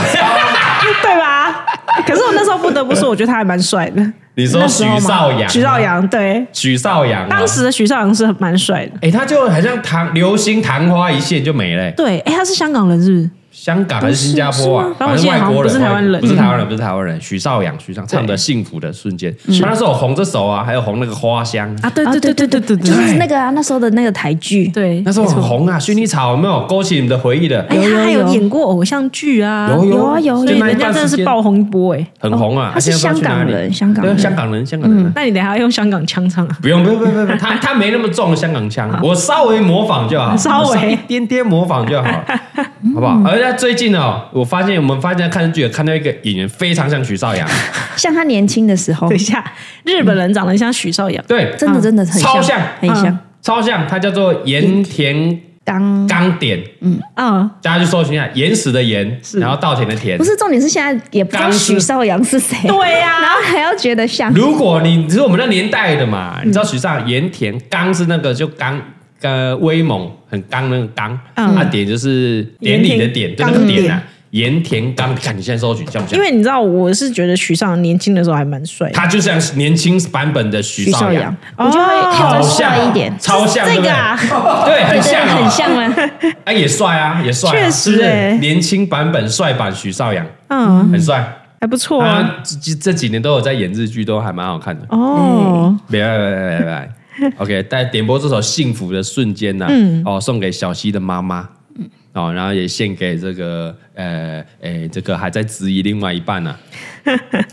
对吧？可是我那时候不得不说，我觉得他还蛮帅的，
你说许绍洋，啊
许绍，洋。对，
许绍洋啊，
当时的许绍洋是很蛮帅的。
哎，他就好像昙流星昙花一现就没了欸。
对，哎，他是香港人是不是？
香港还是新加坡啊
不是是吗？
反正外国
反正我记得好像不
人，不
是台湾人
是台湾人，不是台湾人。许绍洋，许绍唱的《幸福的瞬间》，他那时候有红这首啊，还有红那个花香，
嗯啊，对
啊
对对对
对
对对
就
对
是那个啊，那时候的那个台剧，
对，
那时候很红啊。薰衣草有没有勾起你们的回忆的？
哎，
有有
他还有
有
演过偶像剧啊，
有有
啊有
所以人家真的是爆红一波哎。
很红啊。
哦他是
现在不知道去哪里
香港人香
对香港
港人嗯
人，香港人啊。
那你等一下要用香港腔唱啊？
不用不用不用不用， 他他没那么重的香港腔，我稍微模仿就好，
稍微
嗯
一点点模仿就好，好不好？而且
最近哦，我发现我们发现看剧有看到一个演员非常像徐 少阳，
像他年轻的时候
等一，下，日本人长得像许绍洋，
对，
真的真的很
超像
像，很像
嗯
超像，他叫做盐田
刚。
刚典，
嗯，
大家去搜寻一下，岩石的岩，
是
然后稻田的田
不。是重点是现在也不知道
刚是
许绍洋是谁，
对啊呀
然后还要觉得 像，
如果你是我们那年代的嘛，你知道许尚盐田刚是那个就刚。呃，威猛很刚那个刚，
嗯
啊典就是典礼的典，就那个
盐田
典啊，盐田刚，你看你现在搜寻像不像？
因为你知道，我是觉得许绍洋年轻的时候还蛮帅的，
他就像年轻版本的许绍
许绍
洋
洋，我就
哦
会跳
好
得
像啊
帅一点
超像
这个啊，
对不对，对，很
对对，
像
啊
哦，
很像了。
哎，也帅啊，也帅啊，
确实
是不是
哎
年轻版本帅版许绍洋
嗯，
很帅，
还不错啊，
他这这几年都有在演日剧，都还蛮好看的。
哦，
别别别别别，OK，但点播这首《幸福的瞬间》呢，哦，送给小溪的妈妈，哦，然后也献给这个呃，诶，这个还在质疑另外一半 呢、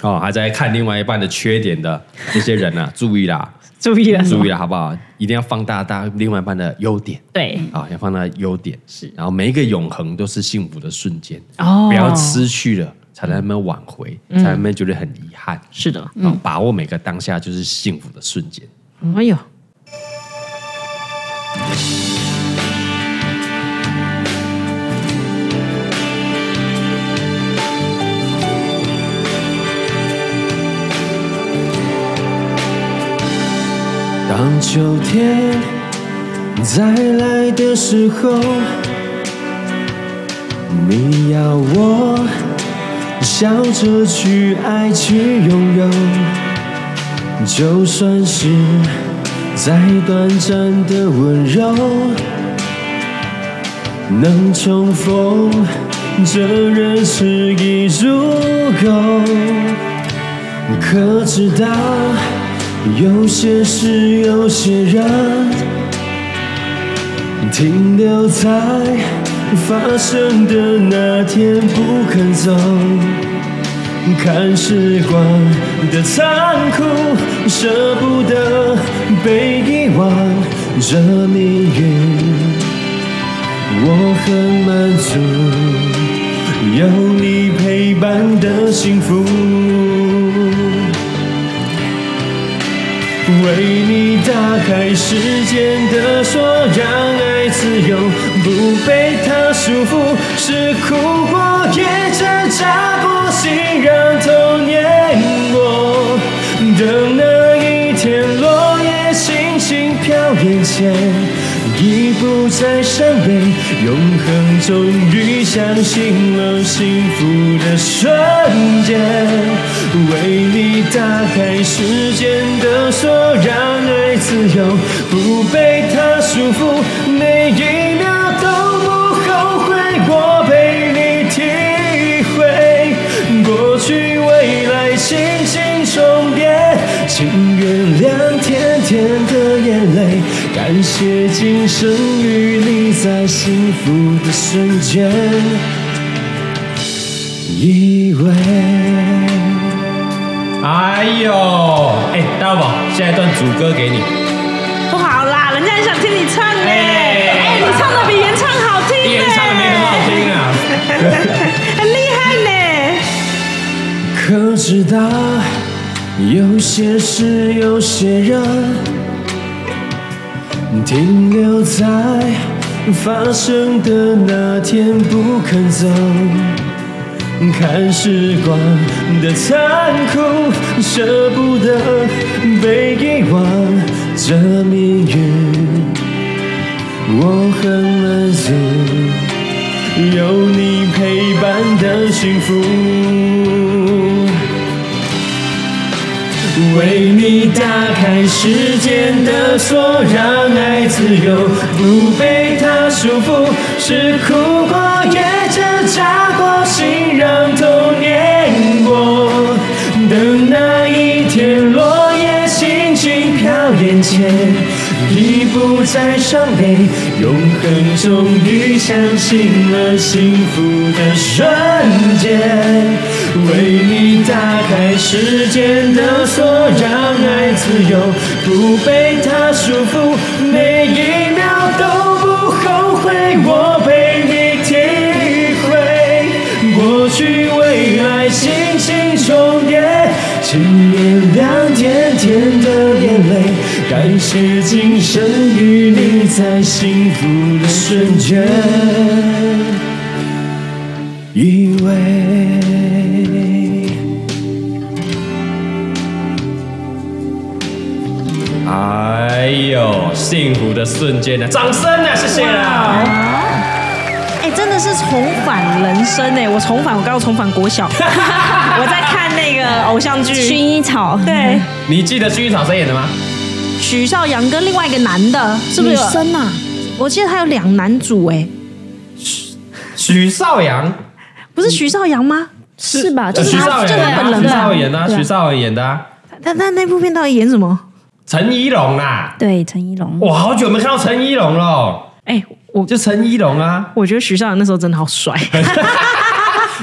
哦，还在看另外一半的缺点的这些人呢、 注意啦，
注意了，
注意啦，好不好？一定要放大大另外一半的优点。
对，
啊，要放大优点是，然后每一个永恒都是幸福的瞬间，
哦
不要失去了，才能慢慢挽回，才能慢慢觉得很遗憾。
是的，
嗯，把握每个当下就是幸福的瞬间。
哎呦，
当秋天再来的时候，你要我笑着去爱，去拥有，就算是再短暂的温柔，能重逢，这日子已足够。可知道，有些事，有些人，停留在发生的那天不肯走。看时光的残酷，舍不得被遗忘，这命运我很满足，有你陪伴的幸福。为你打开时间的锁，让爱自由，不被它束缚。是哭过，也挣扎过，心让头碾过。等那一天落叶轻轻飘眼前，已不再伤悲，永恒终于相信了幸福的瞬间。为你打开时间的锁，让爱自由，不被它束缚，每一秒都不后悔，我陪你体会过去未来，轻轻重叠，请原谅甜甜的眼泪，感谢今生与你在幸福的瞬间依偎。哎呦，哎、大宝，下一段主歌给你。
不好啦，人家很想听你唱呢，哎，你唱的比原唱好听呢，
演唱的没很好听啊。
很厉害呢，
可知道，有些事，有些人，停留在发生的那天不肯走。看时光的残酷，舍不得被遗忘，这命运我很满足。有你陪伴的幸福。为你打开时间的锁，让爱自由，不被它束缚。是哭过，也挣扎过，心让头碾过。等那一天落叶轻轻飘眼前，已不再伤悲，永恒终于相信了幸福的瞬间。为你打开时间的锁，让爱自由，不被它束缚，每一秒都不后悔，我陪你体会。
感谢今生与你在幸福的瞬间依偎。
哎呦，幸福的瞬间呢、掌声啊，谢谢啦！
哎、真的是重返人生哎、我重返，我刚刚重返国 小，我在看那个偶像
薰
剧，
衣草，
对，
你记得薰衣草谁演的吗？
许绍洋跟另外一个男的，是不是
女
有？
生啊，
我记得他有两男主哎、
许绍洋
不是
嗯
许绍洋吗？
是吧？
呃
就是
许
他，
绍
就是
洋
他
啊
本人
许
对
绍
啊
洋演的啊，
对啊
许绍洋演的啊，
他他那部片到底演什么？
陈怡蓉啊，
对陈一龙，
哇，好久没看到陈怡蓉了，
哎、我
就陈怡蓉啊，
我觉得许绍洋那时候真的 好帅，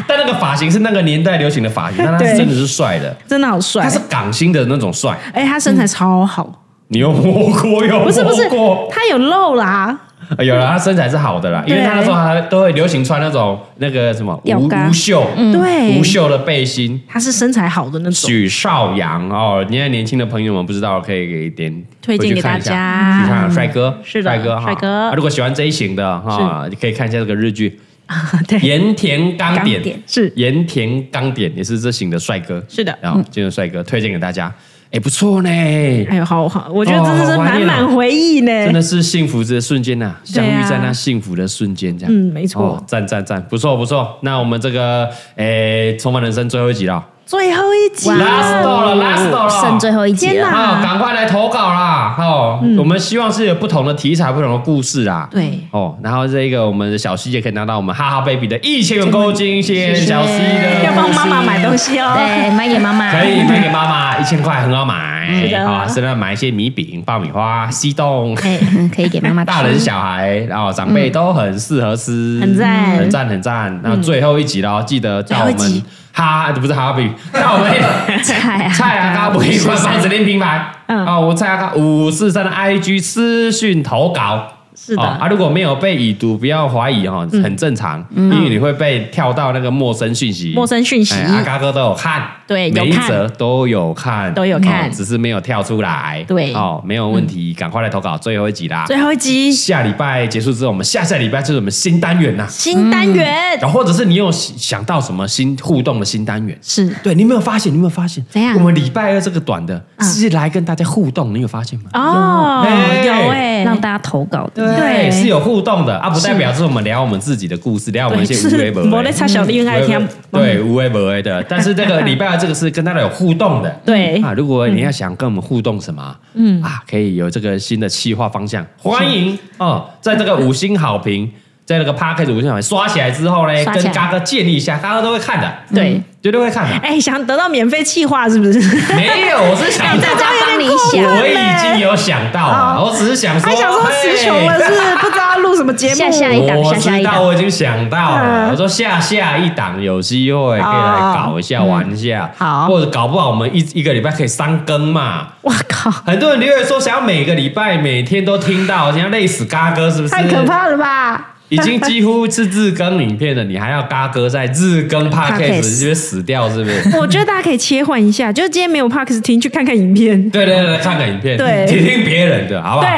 但那个发型是那个年代流行的发型，但他
对
真的是帅的，
真的好帅
他。是港星的那种帅，
哎、他身材超好，
你有摸过有
不是不是
摸过，
他有肉啦，
呃有啦，他身材是好的啦，因为他那时候还都会流行穿那种那个什么
吊
无
嘎
无袖，
对
无，袖的背心。
他是身材好的那种。
许绍洋哦，现在年轻的朋友们不知道，可以给点
推荐给
回
大家
去看一下许绍洋帅哥，
是的
帅哥哈，
帅哥
啊如果喜欢这一型的哈，可以看一下这个日剧《
对，
盐田刚典
刚》典，
是
盐田刚典也是这型的帅哥，
是的
啊，这种帅哥推荐给大家，哎，不错呢，
哎呦，好好，我觉得
哦
真的是
好怀
满
念哦
满回忆呢。
真的是幸福的瞬间呐、
对
相
啊
遇在那幸福的瞬间，这样，
嗯没错
哦赞赞赞，不错不错。那我们这个诶，重返人生最后一集了
最后一集
，last到了，last 到了，
剩最后一集
天
了
哪。嗯
啊，赶快来投稿啦！哦，我们希望是有不同的题材、不同的故事啦。
对
哦，然后这个我们的小西也可以拿到我们哈哈 baby 的一千元购物金，谢谢小西的，
要帮妈妈买东。西哦。
对，买给妈妈。
可以买给妈妈，一千块很好买
是嗯的
啊！现在买一些米饼、爆米花、西冻，
哎，嗯可以给妈妈吃。
大人小孩，然后长辈都很适合吃，
很赞嗯
很赞，很赞。那最后一集喽，记得到我
最后一
们
集
哈，不是哈比，到我们
菜啊，
蔡阿嘎不一官方指定平台，
嗯
啊，我蔡阿嘎五四三的 IG 私讯投稿。
是的嗯
哦啊，如果没有被已读，不要怀疑哈，很正常，因为你会被跳到那个陌生讯息。
陌生讯息
哎阿嘎哥都有看，
对有
每一
看
则都有看，
都有看
哦只是没有跳出来。
对嗯
哦，没有问题，赶快来投稿，最后一集啦。
最后一集
下礼拜结束之后，我们下下礼拜就是我们新单元呐、
新单元
然后或者是你有想到什么新互动的新单元？
是
对，你有没有发现？你有没有发现？
怎样
我们礼拜二这个短的
嗯
是来跟大家互动，你有发现吗？
哦，
嗯哎
有哎，
让大家投稿的。
对
是有互动的啊，不代表是我们聊我们自己的故事，聊我们一些无微
是
博。
我在插小的恋爱听，嗯
对，无微不微的。但是这个礼拜二这个是跟大家有互动的。
对嗯
啊，如果你要想跟我们互动什么，嗯啊，可以有这个新的企划方向，欢迎哦，在这个五星好评，在那个 p a r k 五星好评刷起来之后呢，
刷起
跟
来
嘎哥建立一下，嘎哥都会看的，嗯
对，
绝对会看的。
哎，想得到免费气话是不 是？
没有，我是想
大家帮你想，
我已经有想到了，我只是想说，
还想说词穷了，是不是不知道录什么节目？
下下
嘿。
一档，
我
下下
知
一
道，
档，
我已经想到了。
嗯哦
我说下下一档有机会可以来搞一下、玩一下，
嗯好
或者搞不好我们一一个礼拜可以三更嘛。
我靠，
很多人留言说想要每个礼拜每天都听到，人家累死嘎哥是不是？
太可！怕了吧！
已经几乎是日更影片了，你还要嘎哥在日 更 podcast 是不是死掉？是不是？
我觉得大家可以切换一下，就是今天没有 Parks 听，去看看影片。
对对对，看个影片，
对
听听别人的，好不好？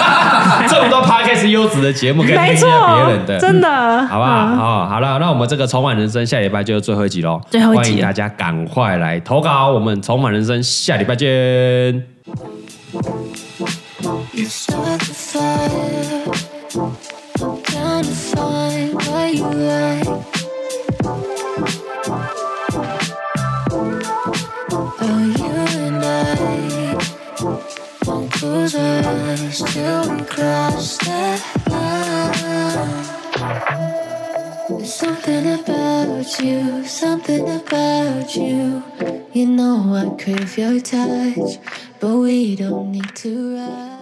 这么多 podcast 优质的节目，可以听
没
一
错
下别人，的，
真的，嗯
好不好？好、好了，那我们这个重返人生下礼拜就是最后一集喽，
最后一集
欢迎大家赶快来投稿，我们重返人生下礼拜见。
You start the fire. I'm trying to find what you like. Oh, you and I won't close our eyes till we cross that line. There's something about you, something about you. You know I crave your touch, but we don't need to rush.